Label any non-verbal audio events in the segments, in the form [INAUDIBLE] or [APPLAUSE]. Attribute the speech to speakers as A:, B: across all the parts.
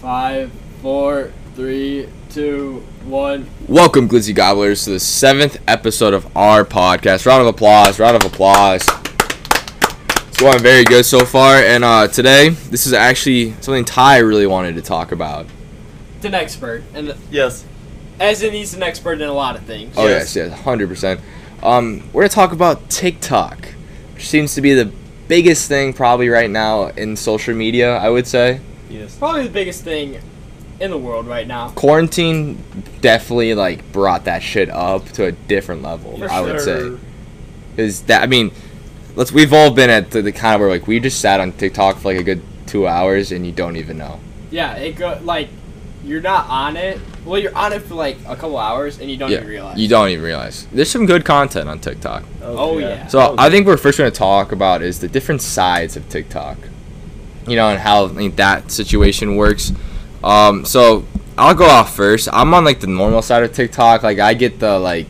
A: Five, four, three, two, one.
B: Welcome, Glitzy Gobblers, to the seventh episode of our podcast. Round of applause, round of applause. It's going very good so far, and uh, today, this is actually something Ty really wanted to talk about.
A: It's an expert, and
C: Yes.
A: as in he's an expert in a lot of things.
B: Oh,
C: Yes.
B: yes, yes, 100%. Um, we're going to talk about TikTok, which seems to be the biggest thing probably right now in social media, I would say.
C: Yes.
A: Probably the biggest thing in the world right now.
B: Quarantine definitely, like, brought that shit up to a different level,
A: For
B: I would say. is that I mean, let's we've all been at the, the kind of where like we just sat on TikTok for like a good two hours and you don't even know.
A: Yeah, it go like you're not on it. Well, you're on it for like a couple hours, and you don't
B: yeah,
A: even realize.
B: you don't even realize. There's some good content on TikTok.
A: Oh, yeah.
B: So I think we're first going to talk about is the different sides of TikTok, you know, and how like, that situation works. Um, so I'll go off first. I'm on like the normal side of TikTok. Like I get the like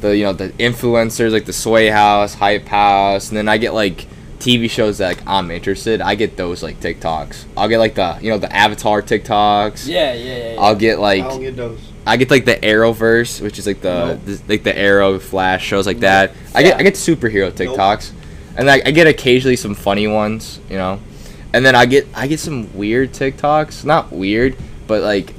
B: the you know the influencers like the Sway House, Hype House, and then I get like TV shows that like I'm interested. I get those like TikToks. I'll get like the you know the Avatar TikToks.
A: Yeah, yeah, yeah. yeah.
B: I'll get like
C: I don't get those.
B: I get like the Arrowverse, which is like the, the- like the Arrow Flash shows like that. I
A: Yeah.
B: get I get superhero
C: Nope.
B: TikToks, and I, I get occasionally some funny ones, you know, and then I get I get some weird TikToks. Not weird, but like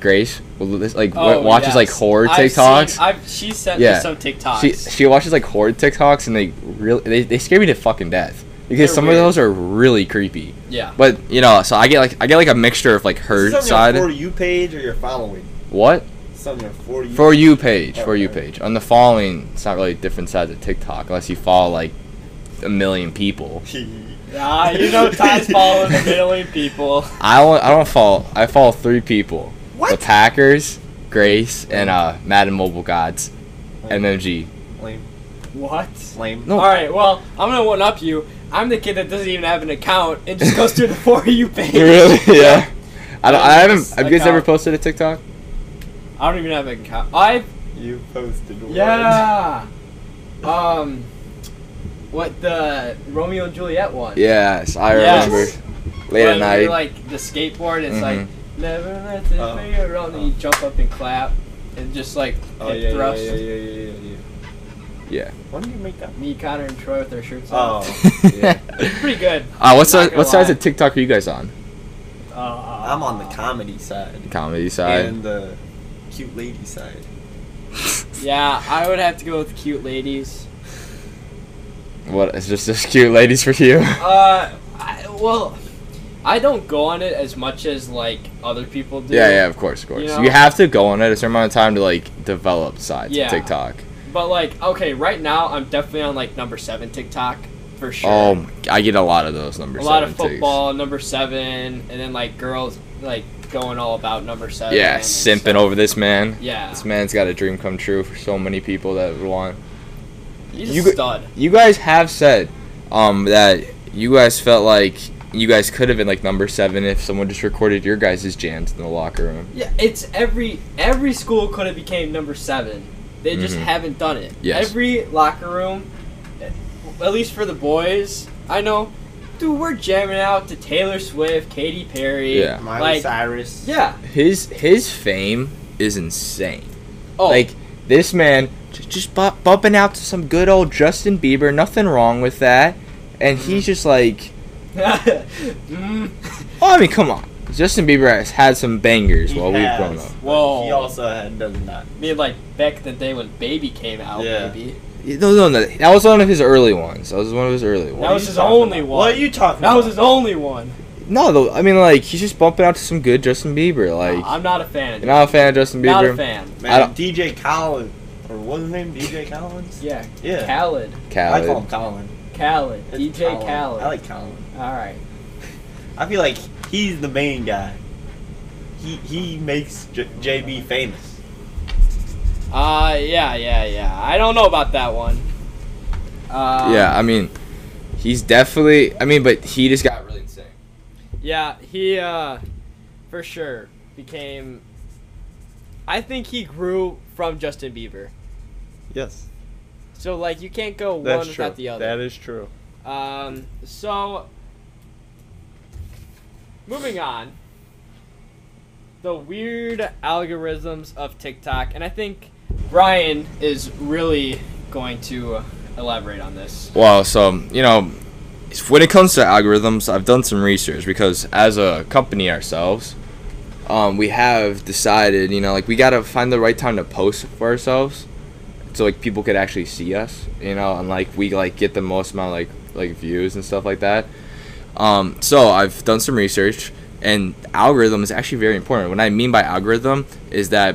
B: Grace, will this- like wa-
A: Oh,
B: watches
A: yes.
B: like horror
A: I've seen-
B: TikToks.
A: I've, she sent
B: Yeah.
A: me some TikToks.
B: she [LAUGHS] she watches like horror TikToks, and they really they, they scare me to fucking death because
A: They're
B: some
A: weird.
B: of those are really creepy.
A: yeah.
B: But you know, so I get like I get like a mixture of like her
C: Is this
B: side.
C: on your for you page or your following?
B: What?
C: It's on your for you. [LAUGHS]
B: For you page, for you
C: Okay.
B: page. On the following, it's not really different sides of TikTok unless you follow like a million people.
A: Ah, you know Todd's following a million
B: [LAUGHS]
A: people.
B: I don't, I don't follow. I follow three people: the
C: what?
B: Packers, Grace, and uh, Madden Mobile Gods, MMG.
C: Lame.
A: What?
C: Lame.
B: No.
A: All
B: [LAUGHS]
A: right, well, I'm gonna one up you. I'm the kid that doesn't even have an account and just goes through the for you
B: [LAUGHS]
A: page. [LAUGHS]
B: yeah. I don't. I haven't. Have you guys
A: Account.
B: ever posted a TikTok?
A: I don't even have an account. I
C: You posted one.
A: yeah. Um, what the Romeo and Juliet one?
B: Yes, I
A: Yes.
B: remember. Late
A: When
B: at
A: you're,
B: night. [LAUGHS]
A: Like the skateboard. It's
B: Mhm.
A: like never let this
C: Oh.
A: be your own. And you jump up and clap and just like
C: Oh
A: hip
C: yeah, yeah, yeah,
A: thrust.
C: yeah, yeah, yeah, yeah.
B: Yeah.
C: When did you make that?
A: Me, Connor, and Troy with their shirts on.
C: Oh,
B: [LAUGHS]
C: yeah.
A: Pretty good.
B: uh, what's
A: Not
B: the,
A: gonna
B: what size
A: lie.
B: of TikTok are you guys on?
A: Uh, I'm
C: I'm on the comedy side
B: Comedy side.
C: and the cute lady side.
A: Yeah, I would have to go with cute ladies.
B: What? It's just just cute ladies for you. [LAUGHS]
A: Uh, I, well, I don't go on it as much as like other people do.
B: Yeah, yeah, of course, of course. You,
A: know?
B: have to go on it a certain amount of time to like develop sides
A: Yeah.
B: of TikTok.
A: But like, okay, right now I'm definitely on like number seven TikTok for sure.
B: Oh, my, I get a lot of those numbers.
A: a lot of football, number seven, and then like girls like going all about number seven.
B: Yeah,
A: and
B: simping
A: stuff.
B: over this man.
A: Yeah,
B: This man's got a dream come true for so many people that would want.
A: he's
B: you
A: a
B: go-
A: stud.
B: You guys have said um, that you guys felt like you guys could have been like number seven if someone just recorded your guys' jams in the locker room.
A: Yeah, it's every every school could have became number seven. They just
B: Mhm.
A: haven't done it.
B: Yes.
A: Every locker room, eh, at least for the boys, I know. Dude, we're jamming out to Taylor Swift, Katy Perry.
B: Yeah.
C: Miley
A: Like-
C: Cyrus.
A: Yeah.
B: His his fame is insane.
A: Oh,
B: Like this man j- just bu- bumping out to some good old Justin Bieber, nothing wrong with that. And
A: Mm-hmm.
B: he's just like,
A: [LAUGHS] Mm.
B: oh, I mean, come on. Justin Bieber has had some bangers
C: He
B: while
C: has,
B: we've grown up.
C: but
A: Whoa.
C: He also had does not.
A: I mean, like back in the day when Baby came out,
C: Yeah.
A: maybe.
B: No, no, no. That was one of his early ones. That was one of his early
A: That
B: ones.
C: are
A: was
C: you
A: his
C: talking
A: only
C: about?
A: one.
C: What are you talking
A: That was
C: about?
A: his only one.
B: No, though, I mean, like, he's just bumping out to some good Justin Bieber. Like,
A: I'm not a fan.
B: you're not a fan of Justin Bieber?
A: Not a fan.
B: I
C: Man,
B: don't-
C: DJ Collins. Or what was his name? DJ Collins?
A: Yeah.
C: Yeah.
A: Khaled.
B: Khaled.
C: I call him Colin.
A: Khaled.
C: It's
A: DJ Khaled.
C: I like Colin.
A: All right.
C: I feel like he's the main guy. He he makes J- JB famous.
A: Uh, yeah, yeah, yeah. I don't know about that one. Uh,
B: yeah, I mean, he's definitely. I mean, but he just got really insane.
A: Yeah, he, uh, for sure became. I think he grew from Justin Bieber.
C: Yes,
A: So, like, you can't go one without the other.
C: is true.
A: Um, so, moving on. the weird algorithms of TikTok, and I think Brian is really going to uh, elaborate on this.
B: Well, so you know, when it comes to algorithms, I've done some research because as a company ourselves, um, we have decided, you know, like we gotta find the right time to post for ourselves, so like people could actually see us, you know, and like we like get the most amount of, like like views and stuff like that. Um, so I've done some research, and algorithm is actually very important. What I mean by algorithm is that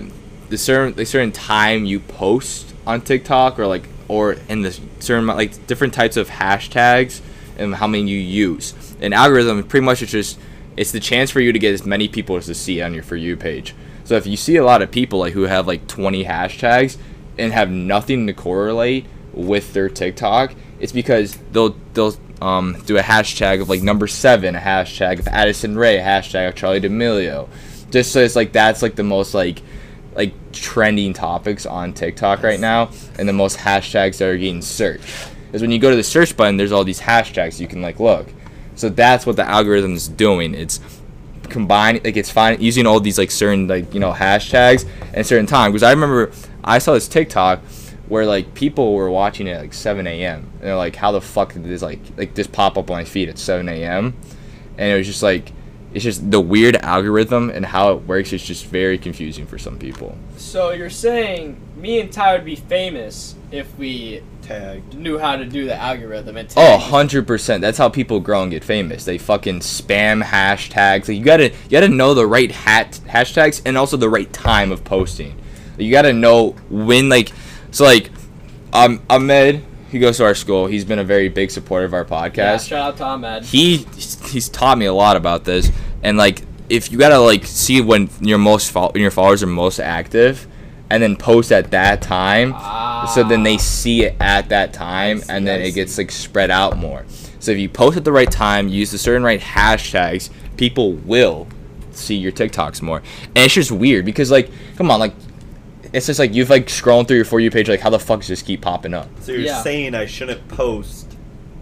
B: the certain the certain time you post on TikTok or like or in the certain amount- like different types of hashtags and how many you use. An algorithm pretty much is just it's the chance for you to get as many people as to see on your for you page. So if you see a lot of people like who have like 20 hashtags and have nothing to correlate with their TikTok, it's because they'll they'll um, do a hashtag of like number seven, a hashtag of Addison Ray, a hashtag of Charlie D'Amelio, just so it's like that's like the most like like trending topics on TikTok right now and the most hashtags that are getting searched. Is when you go to the search button, there's all these hashtags you can like look. So that's what the algorithm is doing. It's combining like it's finding using all these like certain like you know hashtags and certain time because I remember I saw this TikTok where like people were watching it at like 7 a.m. and they're like how the fuck did this like like this pop up on my feed at 7 a.m. and it was just like it's just the weird algorithm and how it works is just very confusing for some people.
A: So you're saying me and Ty would be famous if we
C: Tagged.
A: knew how to do the algorithm and
B: Oh, 100%. That's how people grow and get famous. They fucking spam hashtags. Like you got to you got to know the right hat hashtags and also the right time of posting. You got to know when like so like um Ahmed, he goes to our school. He's been a very big supporter of our podcast.
A: yeah, shout out to Ahmed.
B: he he's taught me a lot about this and like if you gotta like see when your most fol- when your followers are most active and then post at that time so then they see it at that time
C: see,
B: and then
C: Ah. I
B: it
C: see.
B: gets like spread out more so if you post at the right time use the certain right hashtags people will see your tiktoks more and it's just weird because like come on like it's just like you've like scrolling through your for you page like how the fuck does this keep popping up
C: So you're
A: Yeah.
C: saying I shouldn't post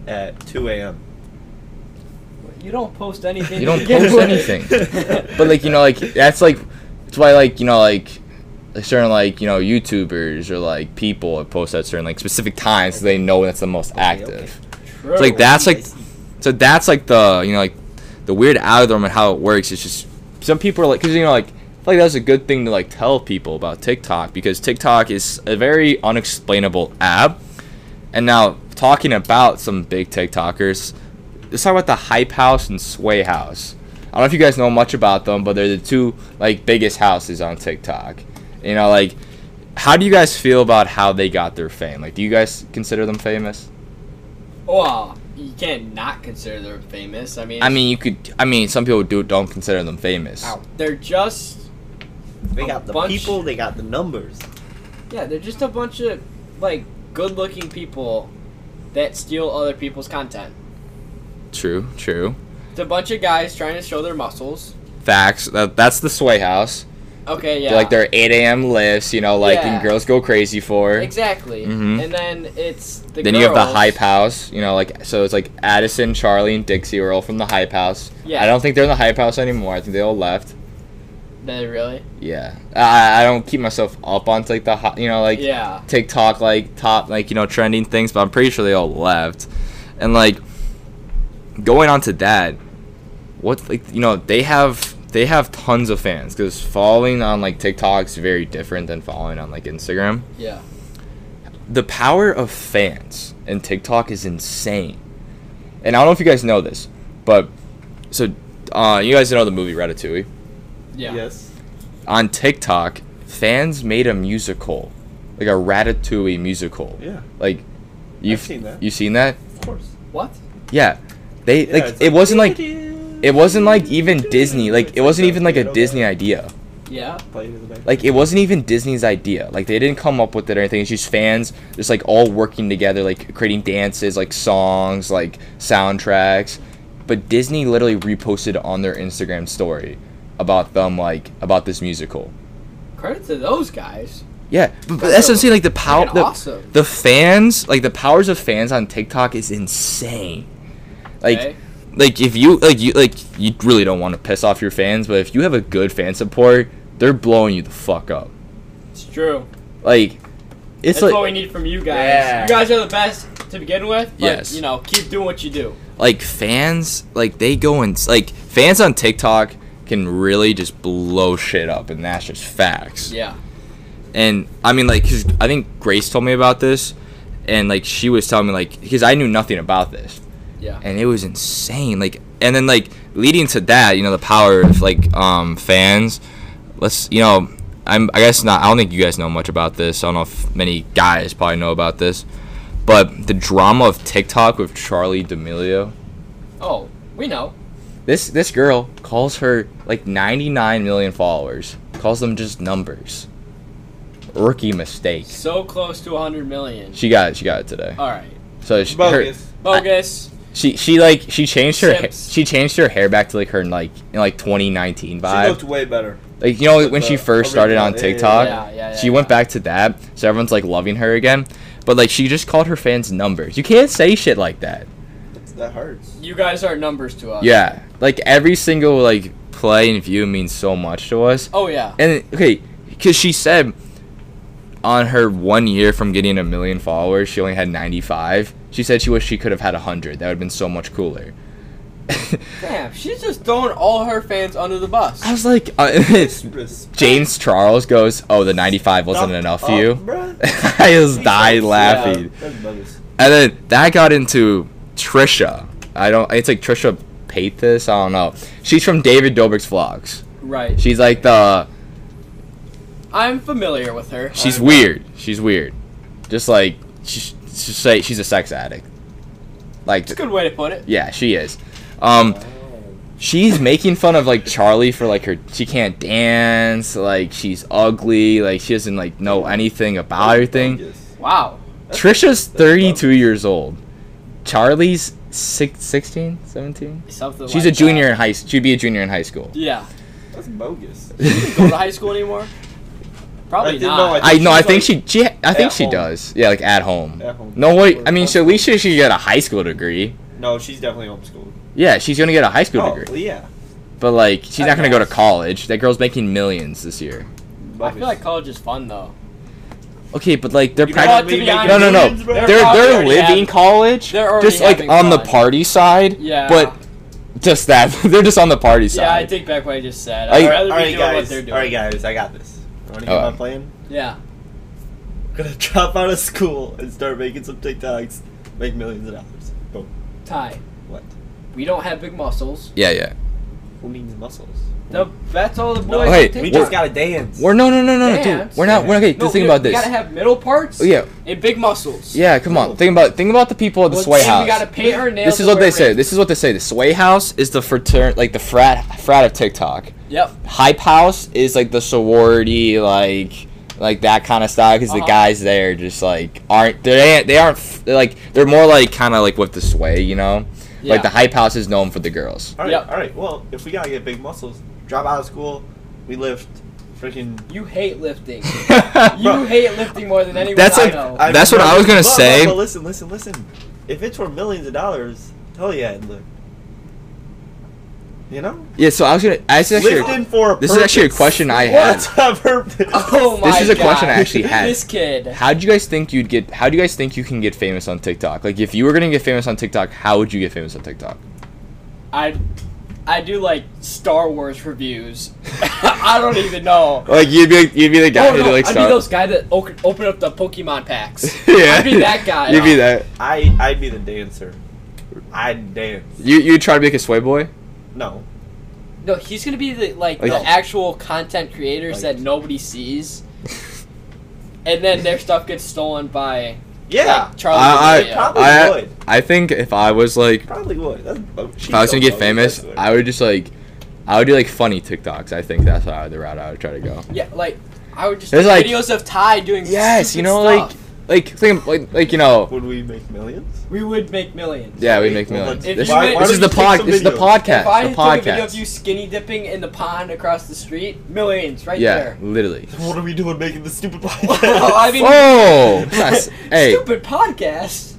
C: at 2 a.m.
A: You don't post anything.
B: You
A: to
B: don't
A: [LAUGHS] begin
B: post
A: with.
B: anything. But like you know, like that's like that's why like you know like like certain like you know YouTubers or like people post at certain like specific times so they know that's the most active.
A: True.
B: It's like that's like
C: I see.
B: so that's like the you know like the weird algorithm and how it works. It's just some people are like because you know like I feel like that's a good thing to like tell people about TikTok because TikTok is a very unexplainable app. And now talking about some big TikTokers, let's talk about the Hype House and Sway House. I don't know if you guys know much about them, but they're the two like biggest houses on TikTok. You know, like how do you guys feel about how they got their fame? Like, do you guys consider them famous?
A: Well, you can't not consider them famous. I mean,
B: I mean, you could. I mean, some people do don't consider them famous.
C: Ow.
A: they're just
C: They
A: a
C: got the
A: bunch-
C: people, they got the numbers.
A: yeah, they're just a bunch of like good-looking people that steal other people's content.
B: True, true.
A: It's a bunch of guys trying to show their muscles.
B: Facts. That, that's the Sway House.
A: Okay, yeah,
B: Like their 8 a.m. lifts, you know, like
A: Yeah.
B: and girls go crazy for.
A: exactly.
B: Mhm.
A: And then it's the
B: then you have the
A: girls.
B: Hype House, you know, like so it's like Addison, Charlie, and Dixie were all from the Hype House.
A: Yeah.
B: I don't think they're in the Hype House anymore. I think they all left.
A: They really,
B: Yeah. I, I don't keep myself up on like the hi- you know like
A: yeah,
B: TikTok like top like you know trending things, but I'm pretty sure they all left. And like going on to that, what like you know they have they have tons of fans because following on like TikTok is very different than following on like Instagram.
A: yeah.
B: The power of fans in TikTok is insane. And I don't know if you guys know this, but so uh, you guys know the movie Ratatouille
A: Yeah.
C: Yes.
B: on TikTok, fans made a musical, like a Ratatouille musical.
C: Yeah.
B: Like, you've
C: seen that.
B: You seen that?
C: Of course.
A: What?
B: Yeah. They
C: Yeah,
B: like
C: it's
B: it wasn't like
C: it
B: it wasn't like even Disney. Like it wasn't even like a Disney idea.
A: Yeah.
B: Like it wasn't even Disney's idea. Like they didn't come up with it or anything. It's just fans just like all working together, like creating dances, like songs, like soundtracks. But Disney literally reposted on their Instagram story about them like about this musical.
A: Credit to those guys.
B: Yeah, but, but that's what I'm saying. Like the power,
A: Freaking
B: the,
A: awesome.
B: the fans, like the powers of fans on TikTok is insane. Like
A: okay?
B: like if you like you like you really don't want to piss off your fans, but if you have a good fan support, they're blowing you the fuck up.
A: It's true.
B: Like it's
A: That's
B: like
A: what we need from you guys.
C: Yeah.
A: You guys are the best to begin with. But,
B: Yes.
A: You know, keep doing what you do.
B: like fans like they go and like fans on TikTok can really just blow shit up, and that's just facts.
A: Yeah.
B: and I mean, like, 'cause I think Grace told me about this, and like she was telling me like because I knew nothing about this,
A: Yeah.
B: and it was insane. Like, and then like leading to that, you know, the power of like um fans. Let's you know, I'm I guess not. I don't think you guys know much about this. I don't know if many guys probably know about this, but the drama of TikTok with Charlie D'Amelio.
A: Oh, we know.
B: This this girl calls her like 99 million followers. Calls them just numbers. Rookie mistake.
A: So close to 100 million.
B: She got it. She got it today.
A: All right.
B: So she, her,
C: Bogus.
A: Bogus.
B: she she like she changed her ha-
A: Sips.
B: she changed her hair back to like her like in like 2019
C: She
B: vibe.
C: looked way better.
B: Like you know when
C: the
B: she first started on
C: original- yeah,
B: TikTok,
A: yeah, yeah, yeah,
B: she went
A: yeah.
B: back to that. So everyone's like loving her again. But like she just called her fans numbers. You can't say shit like that.
C: That hurts.
A: You guys are numbers to us.
B: Yeah. Like every single like play and view means so much to us.
A: Oh, yeah.
B: And okay, because she said on her one year from getting a million followers, she only had 95. She said she wished she could have had 100. That would have been so much cooler. [LAUGHS]
A: Damn, she's just throwing all her fans under the bus.
B: I was like, uh, [LAUGHS]
C: Disrespect.
B: James Charles goes, Oh, the 95 wasn't
C: Shut
B: enough
C: up,
B: for you. [LAUGHS]
C: bruh.
B: I just died
C: Oh. Yeah,
B: laughing.
C: that's bogus.
B: And then that got into Trisha. I don't, it's like Trisha Paytas. I don't know. She's from David Dobrik's vlogs.
A: Right.
B: She's like the,
A: I'm familiar with her.
B: she's
C: I know.
B: weird. She's weird. Just like, she's, she's, like- she's a sex addict. Like,
A: It's a good way to put it.
B: Yeah, she is. Um, she's making fun of like Charlie for like her. She can't dance. Like she's ugly. Like she doesn't like know anything about everything.
C: Bogus.
A: Wow.
B: Trisha's 32 years old. Charlie's six, 16, 17.
A: Something
B: She's a
A: like
B: junior in high. She'd be a junior in high school.
A: That. Yeah.
C: That's bogus.
A: Go to high school
C: [LAUGHS]
A: anymore? Probably
C: I didn't know
A: not.
C: I
B: [LAUGHS] I
C: think
B: no. I
C: she's,
B: think she.
C: like,
B: She. I think
C: at
B: she
C: home.
B: does. Yeah, like at home.
C: At home.
B: No wait.
C: Or
B: I mean, so at
C: homeschooled.
B: least she should get a high school degree.
C: No, she's definitely homeschooled.
B: Yeah, she's gonna get a high school
C: Oh,
B: degree.
C: well, yeah.
B: But like, she's
C: I
B: not gonna go to
C: guess.
B: college. That girl's making millions this year.
A: I feel like college is fun though.
B: Okay, but like they're
C: You
A: But
C: gotta
B: practically
A: to be
C: No,
A: honest,
B: no, no, no.
C: Millions, bro.
B: They're
C: They're
B: they're
A: probably already
B: living
A: having-
B: college,
A: they're already
B: just like
A: having
B: on the
A: fun.
B: party side.
A: Yeah.
B: But just that [LAUGHS] they're just on the party side.
A: Yeah, I take back what I just said.
B: Like-
A: I'd rather be
C: Alright,
A: doing what
C: guys.
A: they're doing.
C: Alright, guys. I got this. Want to hear
B: Oh.
C: my plan?
A: Yeah.
C: I'm gonna [LAUGHS] drop out of school and start making some TikToks, make millions of dollars. Boom.
A: Ty,
C: What?
A: we don't have big muscles.
B: yeah, yeah.
C: Who needs muscles?
A: The, that's all the
C: No,
A: boys.
B: wait,
A: on
C: we
A: TikTok.
C: just gotta dance.
B: We're no, no, no, no, no, dude.
A: Dance?
B: We're not. We're okay.
A: No,
B: Just think
A: we-
B: about
A: We
B: this.
A: gotta have middle parts.
B: Oh, yeah,
A: And big muscles.
B: yeah. Come on. Think about think about the people at the
A: Well,
B: Sway
A: and
B: House.
A: We gotta paint our nails.
B: This is
A: and
B: what
A: wear
B: they say.
A: rings.
B: This is what they say. The Sway House is the fratern, like the frat, frat of TikTok.
A: Yep.
B: Hype House is like the sorority, like like that kind of style. Because the
A: Uh-huh.
B: guys there just like aren't they? They aren't f- they're like they're more like kind of like with the sway, you know.
A: Yeah.
B: Like the Hype House is known for the [LAUGHS] girls.
C: Alright,
A: Yep.
C: alright. Well, if we gotta get big muscles, drop out of school, we lift freaking.
A: You hate
B: [LAUGHS]
A: lifting.
B: Bro,
A: You hate lifting more than anyone
B: That's
A: I
B: like-
A: know.
B: I- That's what was gonna
C: but-
B: say.
C: But, but listen, listen, listen. If it's for millions of dollars, hell yeah, I'd lift. You know?
B: yeah. So I was gonna. I was actually,
C: Lifting for a
B: this is actually a question I had.
C: What's a
B: [LAUGHS]
C: purpose?
A: [LAUGHS] oh my
B: This is a question I
A: God.
B: actually had.
A: This kid.
B: How do you guys think you'd get? How do you guys think you can get famous on TikTok? Like, if you were gonna get famous on TikTok, how would you get famous on TikTok?
A: I I do like Star Wars reviews. [LAUGHS] I don't even know.
B: Like, you'd be you'd be the guy
A: oh,
B: who
A: no,
B: like
A: I'd
B: start-
A: be those guy that o- open up the Pokemon packs.
B: [LAUGHS] yeah,
A: I'd be that guy.
B: You'd be that.
C: I I'd be the dancer. I'd dance.
B: You you try to make a sway boy.
C: No.
A: No, he's gonna be the like
B: Like-
A: the actual content creators
C: Like-
A: that nobody sees, and then their stuff gets stolen by
C: Yeah.
A: like, Charlie.
B: I-
A: D'Amelio.
C: Probably
B: I-
C: would.
B: I think if I was like
C: Probably would. That's oh, bo- she's
B: if I was
C: so
B: gonna get
C: bogus,
B: famous,
C: that's what-
B: I would just like, I would do like funny TikToks. I think that's how the route I would try to go.
A: yeah, like I would just
B: There's,
A: do
B: like-
A: videos of Ty doing
B: Yes, you
A: stupid
B: know,
A: stuff.
B: like, like, think, like, like, you know,
C: would we make millions?
A: we would make millions.
B: yeah, we
C: Wait,
B: make
C: well,
B: millions.
A: if
B: This,
A: you
B: this
A: make-
B: is the
C: why
B: pod.
C: don't
B: This
C: you
B: is the
C: take some
B: podcast.
A: If I
B: The
A: took a video of you
B: podcast.
A: skinny dipping in the pond across the street, millions right
B: Yeah, [LAUGHS]
A: there.
B: literally.
C: [LAUGHS] What are we doing making [LAUGHS] this stupid
A: Well, I [LAUGHS]
C: podcast?
A: mean,
B: Oh, that's- hey,
A: stupid podcast.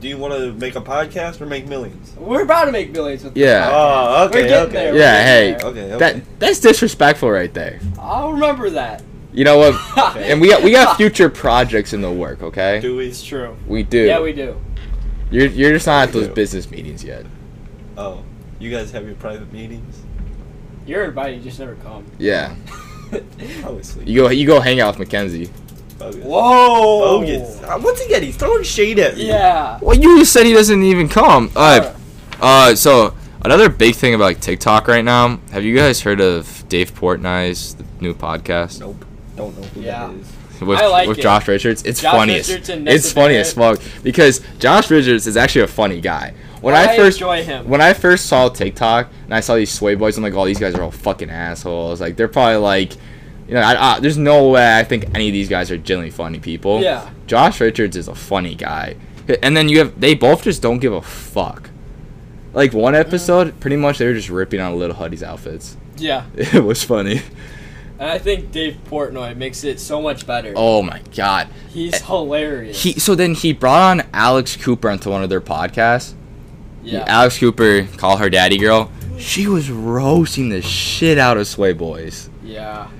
C: do you want to make a podcast or make millions?
A: We're about to make millions with
B: Yeah.
C: Oh,
A: We're
C: okay,
A: getting
C: okay.
A: there.
B: Yeah,
A: We're
B: hey,
A: getting
C: Okay, okay.
B: That that's disrespectful right there.
A: there. I'll remember that.
B: You know what? And we got we
A: [LAUGHS]
B: got future projects in the work, okay?
C: do we?
A: It's true.
B: We do.
A: Yeah, we do.
B: You're you're just not at
C: We
B: those
C: do.
B: business meetings yet.
C: Oh, you guys have your private meetings?
A: You're invited, you just never come.
B: Yeah.
C: Probably sleep.
B: You go you go hang out with Mackenzie.
C: Bogus.
A: Whoa!
C: Bogus. Uh, Once again, he's throwing shade at me.
A: Yeah.
B: Well, you just said he doesn't even come. All right. Uh, so another big thing about TikTok right now. Have you guys heard of Dave Portnoy's new podcast
C: Nope. Don't know who
A: Yeah.
C: that is.
B: with,
A: I like
B: with
A: it.
B: Josh Richards? It's
A: Josh
B: funny. as-
A: Richards and
B: it's
A: Nessa
B: funny as fuck because Josh Richards is actually a funny guy. When I, first
A: enjoy him.
B: when I first saw TikTok and I saw these sway boys, I'm like, oh, these guys are all fucking assholes. Like they're probably like, you know, I, I, there's no way I think any of these guys are genuinely funny people.
A: Yeah.
B: Josh Richards is a funny guy. And then you have they both just don't give a fuck. Like one
A: Mm.
B: episode, pretty much they were just ripping on Little Huddy's outfits. [LAUGHS]
A: Yeah.
B: It was funny.
A: And I think Dave Portnoy makes it so much better.
B: Oh my god.
A: He's hilarious.
B: He so then he brought on Alex Cooper onto one of their podcasts.
A: yeah.
B: Alex Cooper, call her daddy girl. She was roasting the shit out of Sway Boys.
A: yeah.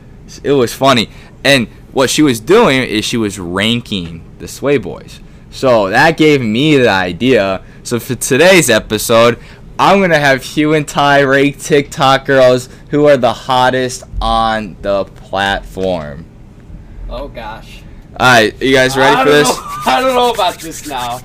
B: It was funny. And what she was doing is she was ranking the Sway Boys. So that gave me the idea. So for today's episode, I'm gonna have Hugh and Ty rank TikTok girls who are the hottest on the platform.
A: Oh gosh.
B: Alright, you guys
A: I
B: ready for
A: don't
B: this?
A: know- I don't know about this now.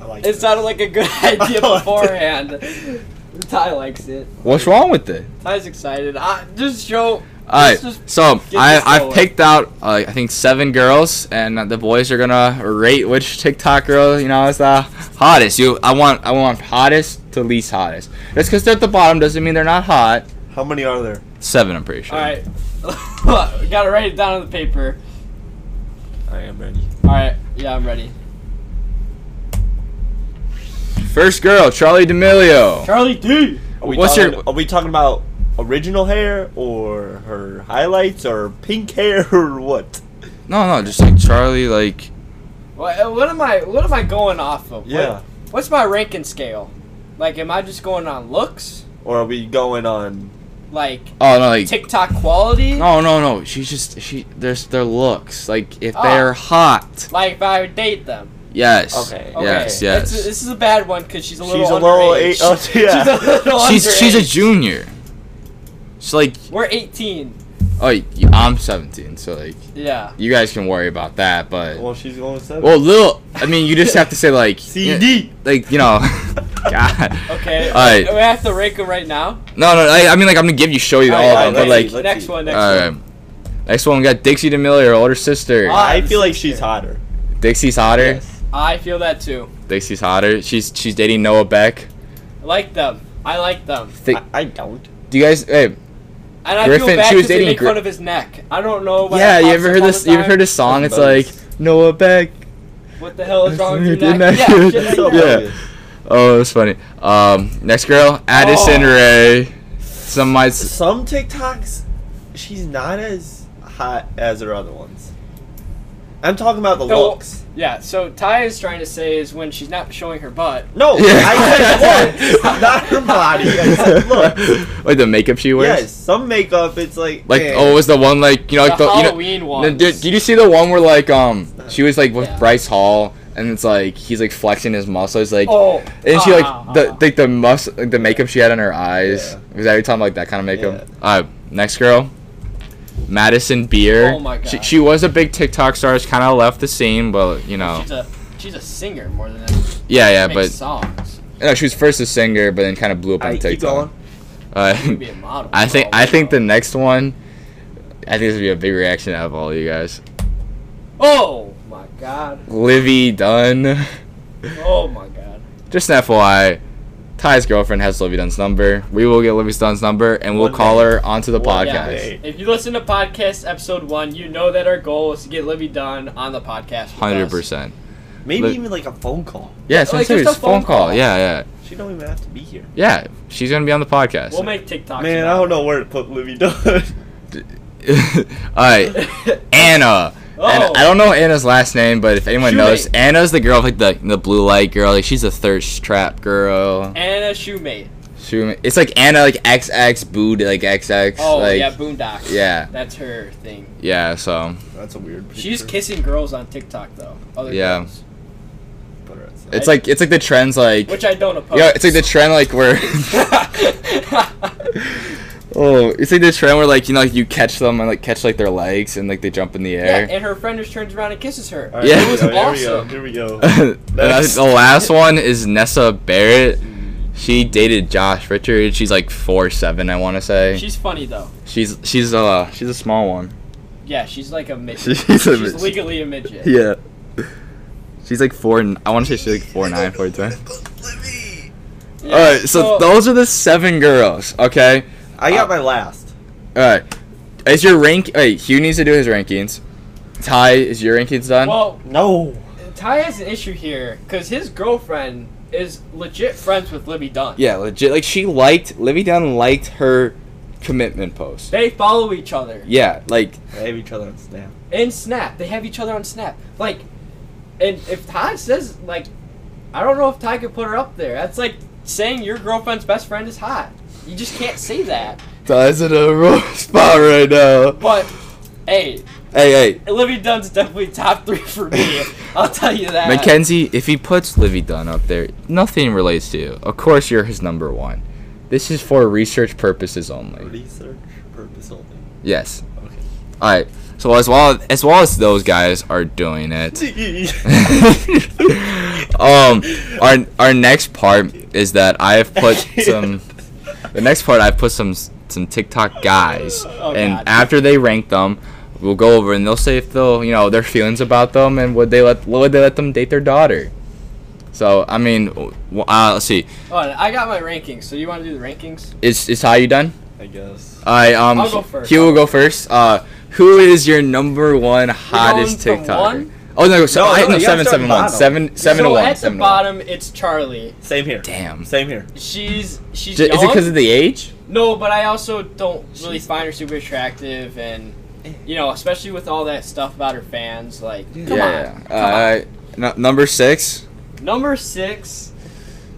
C: I like
A: It sounded like a [LAUGHS] good idea
C: I liked it.
A: beforehand. Ty likes it.
B: What's wrong with it?
A: Ty's excited. I, just show.
B: Alright,
A: Let's just
B: so
A: get
B: I,
A: this
B: I
A: going.
B: picked out uh, I think seven girls, and the boys are gonna rate which TikTok girl you know is the hottest. You, I want I want hottest to least hottest. Just because they're at the bottom doesn't mean they're not hot.
C: How many are there?
B: Seven, I'm pretty sure.
A: All right. [LAUGHS] Gotta write it down on the paper.
C: I am ready.
A: All right. Yeah, I'm ready.
B: First girl, Charlie D'Amelio.
A: Charlie D.
C: Are we
B: What's
C: talking,
B: your-
C: Are we talking about original hair or her highlights or pink hair [LAUGHS] or what?
B: No, no, just like Charlie, like
A: What, what am I? What am I going off of? What-
C: Yeah.
A: what's my ranking scale? Like, am I just going on looks?
C: Or are we going on?
A: Like
B: oh no, like
A: TikTok quality?
B: no, no, no. She's just she. There's their looks. Like if
A: Ah.
B: they're hot,
A: Like if I would date them.
B: yes,
C: Okay.
A: Okay.
B: yes,
A: That's-
B: yes.
A: this is a bad one because she's a little.
C: She's a little
A: underage.
C: eight-
A: [LAUGHS]
C: oh, yeah.
A: She's a little
B: she's she's a
A: underage.
B: junior. She's like
A: We're 18.
B: oh, y- I'm 17, so like.
A: Yeah.
B: you guys can worry about that, but
C: Well, she's going seven.
B: well, little. I mean, you just have to
A: [LAUGHS]
B: say like yeah,
C: CD.
B: like you know, [LAUGHS] God.
A: Okay.
B: All right.
A: We have to rank them right now.
B: No, no. I, I mean, like I'm gonna give you show you all,
A: All right,
B: of
A: all right,
B: them, but
A: let's
B: like,
A: see,
C: like-
A: next one. Next
B: all right. Next one, we got Dixie D'Amelio, her older sister.
A: Ah.
C: [LAUGHS] I feel like she's hotter.
B: Dixie's hotter.
C: Yes.
A: one. I feel that too.
B: Dixie's hotter. She's she's dating Noah Beck.
A: I like them. I like them.
B: Thi-
C: I, I don't.
B: do you guys? Hey,
A: And I feel
B: Griffin-
A: bad
B: she was
A: because they
B: dating
A: make
B: Gri-
A: fun of his neck. I don't know. why that
B: yeah. You
A: pops
B: ever
A: up
B: heard
A: all
B: this?
A: the
B: You ever
A: time.
B: heard this song? It's like
C: Bugs.
B: Noah Beck.
A: What the hell is wrong with
B: [LAUGHS] Your
A: your neck?
B: neck.
A: Yeah. shit
C: [LAUGHS] So
A: like that.
B: Yeah. Oh, it's funny. Um, next girl, Addison
A: Oh.
B: Ray. Some might. s-
C: Some TikToks, she's not as hot as her other ones. I'm talking about the
A: The-
C: looks.
A: Yeah. So Ty is trying to say is when she's not showing her butt.
B: [LAUGHS]
C: No,
B: Yeah.
C: I said
B: [LAUGHS]
C: looks, not her [LAUGHS] body. I said looks.
B: like the makeup she wears.
C: Yes, some makeup. It's like
B: Like
C: man,
B: oh, it was the one like you know like
A: the,
B: the, you know,
A: Halloween
B: No,
A: one.
B: did, did you see the one where like um she was like with
A: Yeah.
B: Bryce Hall and it's like he's like flexing his muscles like
A: Oh.
B: and she like
A: ah,
B: the
A: ah,
B: like the mus like, the makeup she had on her eyes
C: Yeah.
B: was every time like that kind of makeup.
C: Yeah.
B: All right, next girl, Madison Beer.
A: Oh my
B: She,
A: God.
B: she was a big TikTok star. She kind of left the scene, but you
A: ah.
B: know,
A: She's a she's a singer more than that.
B: yeah, yeah.
A: makes
B: But [LAUGHS]
A: songs.
B: no, she was first a singer, but then kind of blew up on
C: I keep
B: TikTok.
C: going.
B: Uh,
A: She could be a model.
B: I think
A: for all
B: I
A: we
B: think the
A: know.
B: next one, I think this would be a big reaction out of all you guys.
A: Oh my god.
B: Livy Dunn. [LAUGHS]
A: Oh my god.
B: Just an FYI, Ty's girlfriend has Livy Dunn's number. We will get Livy Dunn's number and we'll
C: One
B: call
C: day.
B: her onto the
C: One
B: podcast.
C: day.
A: If you listen to podcast episode one, you know that our goal is to get Libby Dunn on the podcast. with
B: Hundred
A: us.
B: percent.
C: Maybe
B: Look-
C: even like a phone call.
B: Yeah, it's
A: Like,
B: serious.
A: just a
B: phone
A: phone
B: call.
A: call.
B: Yeah, yeah,
C: She don't even have to be here.
B: yeah. She's gonna be on the podcast. [LAUGHS]
A: We'll make TikToks.
C: Man, I
A: about
C: don't know where to put Livy Dunn.
A: [LAUGHS]
B: All right,
A: it. [LAUGHS]
B: Anna. And
A: Oh.
B: I don't know Anna's last name, but if anyone
A: Shoe
B: knows,
A: mate.
B: Anna's the girl with like the the blue light girl. Like she's a thirst trap girl.
A: Anna Shoemate.
B: Shoe ma- It's like Anna like XX booed like XX.
A: Oh
B: like,
A: yeah, Boondocks.
B: yeah.
A: that's her thing.
B: yeah, So
C: [LAUGHS] That's a weird. Picture.
A: She's kissing girls on TikTok though. Other
B: Yeah.
A: girls,
C: Put her outside.
B: it's
A: I-
B: like it's like the trends like
A: which I don't oppose.
B: yeah,
A: [LAUGHS]
B: it's like the [LAUGHS] trend like where oh, it's like the trend where like you know like, you catch them and like catch like their legs and like they jump in the
A: yeah,
B: air.
A: and her friend just turns around and kisses her.
C: All right,
B: Yeah.
C: here
A: it was
C: we go,
A: awesome.
C: Here we go. Here
B: And I think the
A: [LAUGHS]
B: last one is Nessa Barrett. She dated Josh Richards. She's like four seven, I want to say.
A: She's funny though.
B: She's she's uh she's a small one.
A: Yeah, she's like a midget.
B: [LAUGHS] She's a
A: She's,
B: midget.
A: legally a midget.
B: Yeah. She's like four. n- I want to say [LAUGHS] she's like four nine, four ten.
A: Yeah,
B: All right, so those are the seven girls. Okay.
C: we go. I
B: Uh,
C: got my last.
B: All right. Is your rank? Wait, Hugh needs to do his rankings. Ty, is your rankings done?
A: Well,
C: No.
A: Ty has an issue here because his girlfriend is legit friends with Libby Dunn.
B: yeah, legit. Like she liked Livy Dunn liked her commitment post.
A: They follow each other
B: Yeah, like
C: They have each other on Snap.
A: in Snap. They have each other on Snap. Like, and if Ty says like, I don't know if Ty could put her up there. That's like saying your girlfriend's best friend is hot. You just can't say that.
B: Ty's in a rough [LAUGHS] spot right now.
A: But hey,
B: Hey, hey,
A: Libby Dunn's definitely top three for
B: [LAUGHS]
A: me. I'll tell you that.
B: Mackenzie, if he puts Livy Dunn up there, nothing relates to you. Of course, you're his number one. This is for research purposes only.
C: Research purpose only.
B: Yes.
C: Okay.
B: All right. So as well as well as those guys are doing it. [LAUGHS] um, our our next part is that I have put
A: [LAUGHS]
B: some. The next part I've put some some TikTok guys,
A: Oh,
B: and
A: God.
B: after they rank them, we'll go over and they'll say if they'll you know their feelings about them and would they let would they let them date their daughter. So I mean, w- uh, let's see.
A: Hold on, I got my rankings. So you want to do the rankings?
B: Is is how you done?
C: [LAUGHS] I guess.
B: I um.
A: I'll go first.
B: Hugh will go first. Uh, who is your number one hottest
A: going from
B: TikToker?
A: one?
B: Oh no, so,
C: No,
B: I,
C: no,
B: no,
C: you
B: seven,
C: gotta start
B: seven, one,
C: bottom.
B: seven, seven
A: so
B: to one,
A: at the
B: seven to one.
A: bottom, it's Charlie.
C: Same here.
B: Damn.
C: Same here.
A: She's she's
B: J-
A: young.
B: is it because of the age?
A: no, but I also don't really find her super attractive, and you know, especially with all that stuff about her fans. Like, come
B: yeah.
A: on,
B: yeah. Uh, n- number six.
A: number six,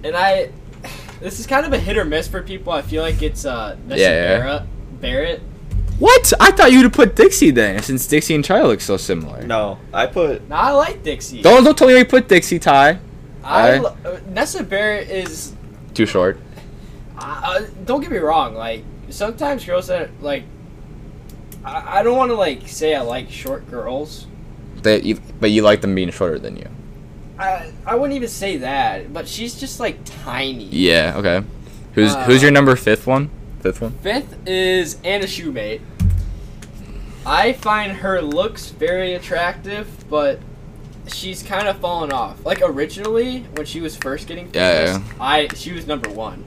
A: and I. This is kind of a hit or miss for people. I feel like it's uh Nessa
B: Yeah, yeah.
A: Barra- Barrett.
B: What? I thought you'd put Dixie then, since Dixie and Charlie look so similar.
C: No, I put.
A: Now I like Dixie.
B: Don't don't tell me you put Dixie Ty.
A: I
B: I-
A: lo- uh, Nessa Barrett is
B: Too short.
A: I, I- don't get me wrong. Like sometimes girls that like, I, I don't want to like say I like short girls.
B: That you, but you like them being shorter than you.
A: I I wouldn't even say that, but she's just like tiny.
B: Yeah. Okay. Who's
A: Uh,
B: who's your number fifth one?
A: [LAUGHS]
B: Fifth one.
A: Fifth is Anna Shoemate. I find her looks very attractive, but she's kind of fallen off. Like originally, when she was first getting
B: Yeah,
A: famous, I she was number one.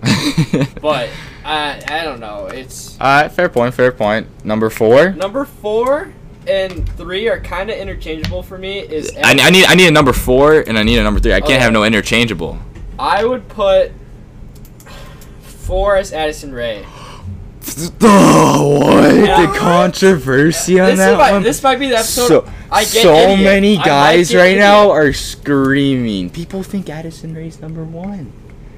A: But I I don't know. It's
B: All right. Fair point. Fair point. Number four.
A: Number four and three are kind of interchangeable for me. Is
B: I, I need I need a number four and I need a number three. I can't
A: Okay.
B: have no interchangeable.
A: I would put four as Addison Ray.
B: [LAUGHS] Oh, what
A: Yeah.
B: the controversy on
A: This,
B: that
A: is my-
B: one.
A: this might be the episode.
B: so
A: I get
B: so
A: idiot. I
B: many
A: might
B: guys
A: get
B: right
A: idiot.
B: now are screaming. People think Addison Ray's number one.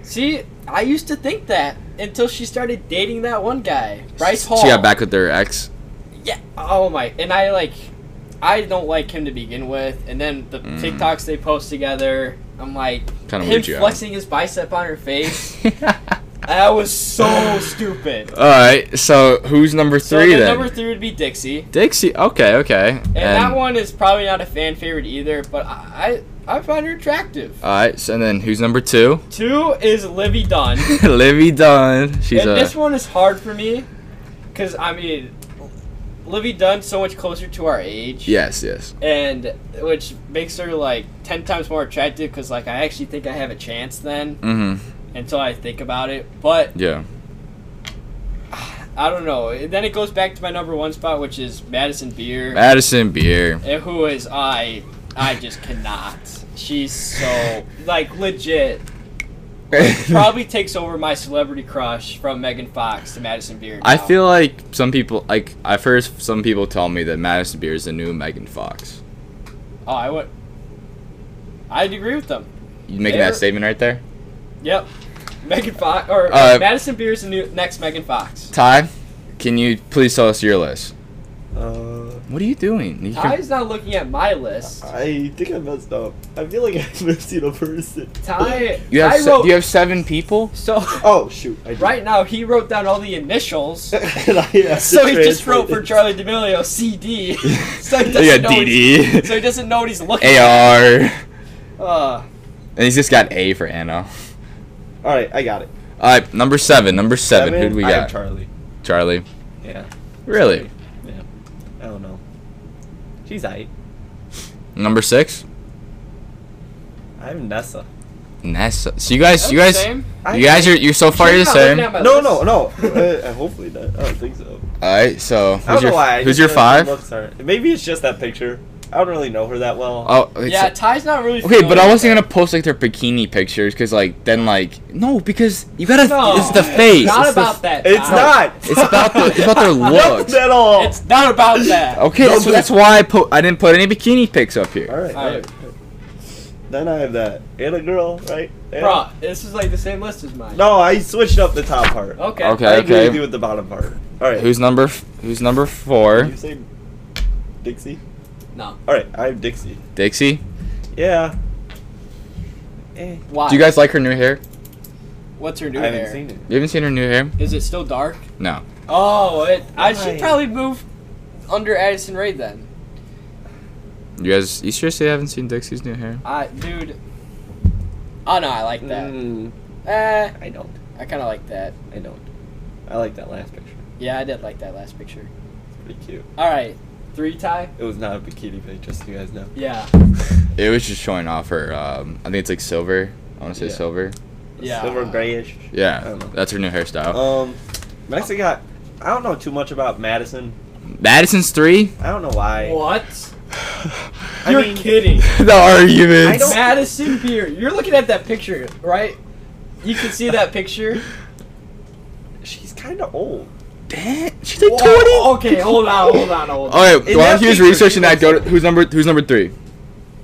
A: See, I used to think that until she started dating that one guy, Bryce Hall.
B: She got back with their ex.
A: Yeah. Oh my. And I like, I don't like him to begin with. And then the TikToks they post together, I'm like,
B: Kind of
A: him
B: Mm. weird you. [LAUGHS] out.
A: flexing his bicep on her face. that was
B: [LAUGHS]
A: so stupid.
B: All right, so who's number
A: So
B: three
A: then
B: then?
A: number three would be Dixie.
B: Dixie. Okay, okay. And,
A: And, that one is probably not a fan favorite either, but I I, I find her attractive.
B: All right, so, and then who's number two? [LAUGHS]
A: Two is Livy Dunn,
B: Livy Dunn. She's
A: and
B: a.
A: this one is hard for me, cause I mean, Livy Dunn's so much closer to our age,
B: yes, yes.
A: and which makes her like ten times more attractive, cause like I actually think I have a chance then
B: Mm-hmm.
A: until I think about it. But
B: Yeah.
A: I don't know. And then it goes back to my number one spot, which is Madison Beer,
B: Addison Beer.
A: and who is I. I just cannot. She's so like
B: [LAUGHS]
A: legit. [LAUGHS] probably takes over my celebrity crush from Megan Fox to Madison Beer.
B: I
A: now.
B: feel like some people like I first some people tell me that Madison Beer is the new Megan Fox.
A: Oh, I would. I'd agree with them.
B: You making
A: They're-
B: that statement right there?
A: Yep. Megan Fox or
B: Uh,
A: Madison Beer's the new, next Megan
B: [LAUGHS]
A: Fox.
B: Ty, can you please tell us your list?
C: Uh,
B: What are you doing? You can-
A: Ty's not looking at my list.
C: I think I messed up. I feel like [LAUGHS] I missed you the person.
A: Ty,
B: you have
A: I
B: se-
A: wrote,
B: you have seven people.
A: [LAUGHS] so
C: Oh shoot! I did.
A: right now he wrote down all the
B: [LAUGHS]
A: initials.
C: [LAUGHS] And I have
A: so
C: to
A: he just
C: translate
A: wrote for
C: it.
A: Charlie D'Amelio
B: [LAUGHS]
A: CD. so he doesn't
B: Yeah,
A: know what he's- So he
B: DD,
A: doesn't know what he's looking. at.
B: AR, and
A: Uh,
B: he's just got A for Anno.
C: All right, I got it.
B: All right, number seven. Number seven. Who do we
C: I have
B: got?
C: Charlie.
B: Charlie.
C: Yeah.
B: Really?
C: I don't know. She's eight.
B: Number six.
C: I have Nessa.
B: Nessa. So you guys, you
A: that's
B: guys,
A: the same.
B: you guys are you're so far
A: You're
B: you're the
A: not looking at
B: same. All
A: my
C: No,
A: list.
C: no, no. uh, hopefully not. I don't think so.
B: right. So
C: I don't
B: who's your
C: know why. I
B: who's
C: just
B: your
C: feel like
B: five?
C: her looks are- Maybe it's just that picture. I don't really know her that well.
B: Oh, it's-
A: Yeah, Ty's not really.
B: Okay, but I
A: familiar
B: wasn't
A: with
B: gonna post like their bikini pictures because like then like no because you gotta
A: No,
B: it's the face.
A: Not
B: it's the-
A: about that.
C: it's
A: Ty.
C: not.
B: [LAUGHS] It's about the it's about
C: [LAUGHS]
B: their looks.
C: Nothing at all.
A: It's not
B: [LAUGHS]
A: about that.
B: Okay,
C: No,
B: that's,
C: but-
B: that's why I put I didn't put any bikini pics up here.
C: all right.
A: All
C: All
A: right.
C: right. Then I have that and a girl, right? And-
A: Bro, this is like the same list as mine.
C: No, I switched up the top part.
A: Okay.
B: Okay.
C: I agree with you with the bottom part. All right.
B: Who's number f- Who's number four?
C: you say? Dixie.
A: No.
C: All right, I have Dixie.
B: Dixie.
C: Yeah. Eh.
A: Why?
B: Do you guys like her new hair?
A: What's her new
C: I haven't
A: hair?
C: seen it.
B: You haven't seen her new hair?
A: Is it still dark?
B: No.
A: Oh, it, I should
C: Why?
A: probably move under Addison Ray then.
B: You guys, you seriously haven't seen Dixie's new hair?
A: I, dude. Oh no, I like that.
C: Mm,
A: Eh,
C: I don't.
A: I kind of like that.
C: I don't. I like that last picture.
A: Yeah, I did like that last picture.
C: It's pretty cute.
A: All right, three tie.
C: It was not a bikini pic, just so you guys know.
A: Yeah,
B: It was just showing off her. Um, I think it's like silver. I want to say
C: Yeah.
B: silver.
A: yeah.
C: Silver grayish. I
B: Yeah,
C: don't know.
B: that's her new hairstyle.
C: Um, next I got. I don't know too much about Madison.
B: Madison's three. [LAUGHS]
C: I don't know why.
A: What?
C: I
A: You're
C: mean-
A: kidding.
B: the arguments.
C: I don't-
A: Madison Beer. You're looking at that picture, right? You can see that picture.
C: She's kind of old.
B: Damn, she's like
A: Whoa,
B: twenty.
A: [LAUGHS] Okay, hold on, hold on, hold on.
B: All right,
C: In
B: while
C: that
B: he was
C: picture,
B: researching
C: she
B: that, go to who's number who's number three?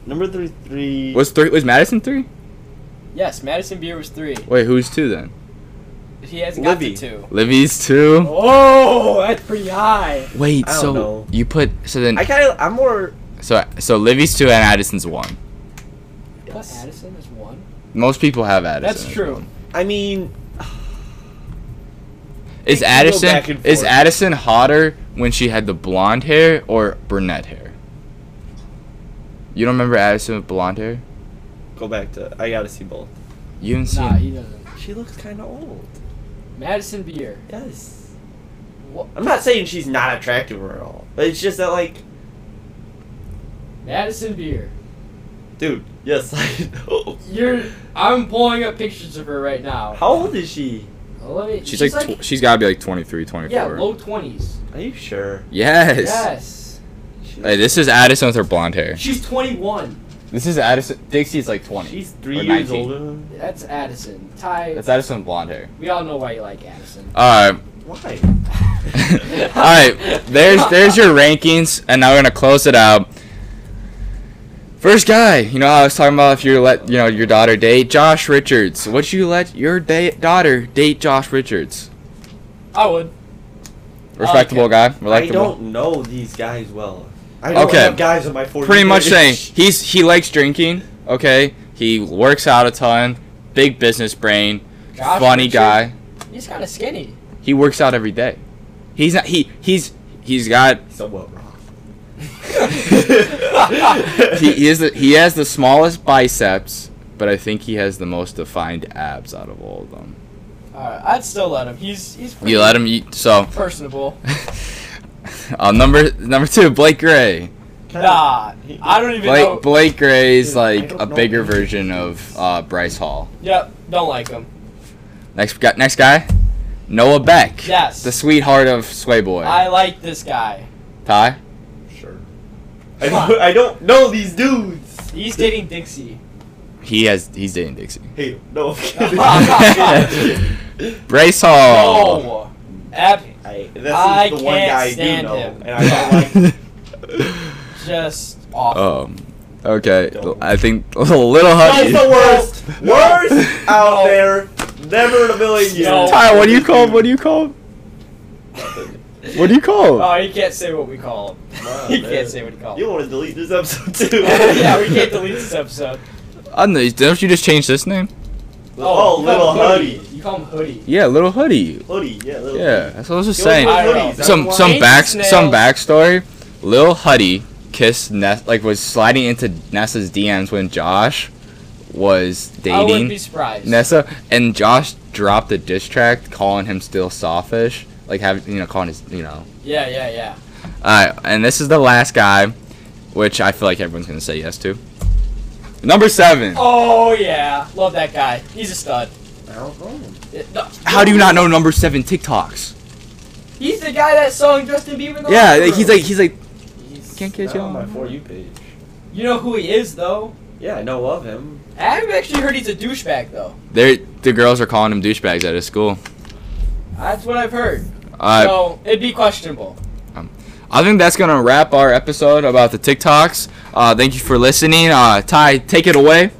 C: Number three, three.
B: Was three was Madison three?
A: Yes, Madison Beer was three.
B: Wait, who's two then?
A: He hasn't got
C: Livy.
A: the two.
B: Livy's two.
A: Oh, that's pretty high.
B: Wait,
C: I don't
B: so
C: know.
B: you put so then
C: I kind of. I'm more.
B: so so Livy's two and Addison's one.
A: But Addison is one.
B: Most people have Addison.
A: That's
B: as
A: true.
B: one.
C: I mean,
B: Is
C: It can go
B: Addison
C: back and
B: is
C: forth.
B: Addison hotter when she had the blonde hair or brunette hair? You don't remember Addison with blonde hair?
C: go back to. I gotta see both.
B: You haven't seen.
A: Nah, he doesn't.
C: She looks kind of old.
A: Madison Beer.
C: Yes.
A: What?
C: I'm not saying she's not attractive at all, but it's just that like,
A: Madison Beer.
C: dude. Yes, I
A: [LAUGHS]
C: know.
A: You're. I'm pulling up pictures of her right now.
C: How old is she?
A: Oh, let me-
B: she's, like, tw- she's got to be like 23, 24.
A: yeah, low twenties.
C: Are you sure?
B: yes.
A: Yes.
C: She
B: Hey, this is Addison with her blonde hair.
A: She's 21.
B: This is Addison. Dixie's like 20.
C: She's
B: or
C: three years
B: 19.
C: older.
A: That's Addison. Ty.
B: That's Addison with blonde hair.
A: we all know why you like Addison.
B: All right.
C: Why?
B: [LAUGHS] All right. There's there's your rankings, and now we're gonna close it out. First guy, you know, I was talking about if you let you know your daughter date Josh Richards. Would you let your da- daughter date Josh Richards?
A: I would.
B: Respectable
A: Okay.
B: guy,
C: I
B: relatable.
C: don't know these guys well. I don't
B: Okay.
C: have guys in my 40s.
B: Pretty
A: [LAUGHS]
B: much saying he's he likes drinking. Okay, he works out a ton. Big business brain,
A: Josh
B: funny
A: Richards,
B: guy.
A: He's kind of
B: [LAUGHS]
A: skinny. [LAUGHS]
B: He works out every day. He's not he he's he's got
C: [LAUGHS] somewhat wrong.
B: he he is the, he has the smallest biceps, but I think he has the most defined abs out of all of them.
A: Alright, I'd still let him. He's he's.
B: You let him eat. So, [LAUGHS]
A: Personable.
B: uh, number number two, Blake Gray.
A: Nah, I don't even know.
B: Blake Blake Gray is
C: Dude, I
B: like
C: don't
B: a
C: know
B: bigger
C: anything.
B: version of uh, Bryce Hall.
A: Yep, don't like him.
B: Next got next guy, Noah Beck.
A: Yes.
B: The sweetheart of Sway Boy.
A: I like this guy.
B: Ty.
C: Sure. I don't, I don't know these dudes.
A: He's dating Dixie.
B: He has he's dating Dixie.
C: Hey, no. I'm
A: [LAUGHS]
C: kidding. [LAUGHS]
B: [LAUGHS] Bryce
A: Oh.
B: Hall.
A: Ab-
C: I, this
A: I
C: is the one
A: can't
C: guy I do
B: [LAUGHS]
A: stand
C: know,
A: him.
C: and I don't like.
A: just awful.
B: um. Okay,
C: Don't.
B: I think Little
C: That's
B: Hubby.
C: the worst.
A: [LAUGHS] No.
C: Worst out
A: No.
C: there. Never in a million years.
A: No.
B: Ty, what do you call him?
C: [LAUGHS]
B: What do you call him? What do you call him?
A: Oh, you can't say what we call
C: [LAUGHS]
A: him.
C: Wow,
A: you
C: man.
A: can't say what we call
C: You
A: him.
C: want to delete this episode too?
A: [LAUGHS] yeah, we can't delete this episode.
B: I don't know. Don't you just change this name?
C: [LAUGHS] Oh,
A: you
C: little
A: call him
C: hoodie.
A: You call him hoodie.
B: Yeah, Little Hoodie.
C: Hoodie, yeah, little
B: Yeah, that's what I was just
C: Yo,
B: saying.
C: I-
B: some
A: That's
B: some
A: why-
B: back
A: Snails.
B: some backstory. Lil Huddy kissed Ness like was sliding into Nessa's DMs when Josh
A: I
B: was
A: wouldn't be
B: dating
A: surprised.
B: Nessa, and Josh dropped a diss track calling him still softish, like having you know calling his you know.
A: yeah, yeah, yeah.
B: All right, and this is the last guy, which I feel like everyone's gonna say yes to. Number seven.
A: Oh yeah, love that guy. He's a stud.
C: I don't know. him.
A: It- no,
B: How do you not know number seven TikToks?
A: He's the guy that sung Justin Bieber. The
B: Yeah,
A: last
B: he's
A: room.
B: like he's like
C: He's
B: Can't catch
C: not
B: you
C: on my
B: on-
C: for you page.
A: You know who he is though.
C: Yeah, I know of him.
A: I've actually heard he's a douchebag though.
B: they the girls are calling him douchebags at his school.
A: That's what I've heard.
B: Uh,
A: so it'd be questionable.
B: I think that's gonna wrap our episode about the TikToks. Uh, thank you for listening. Uh, Ty, take it away.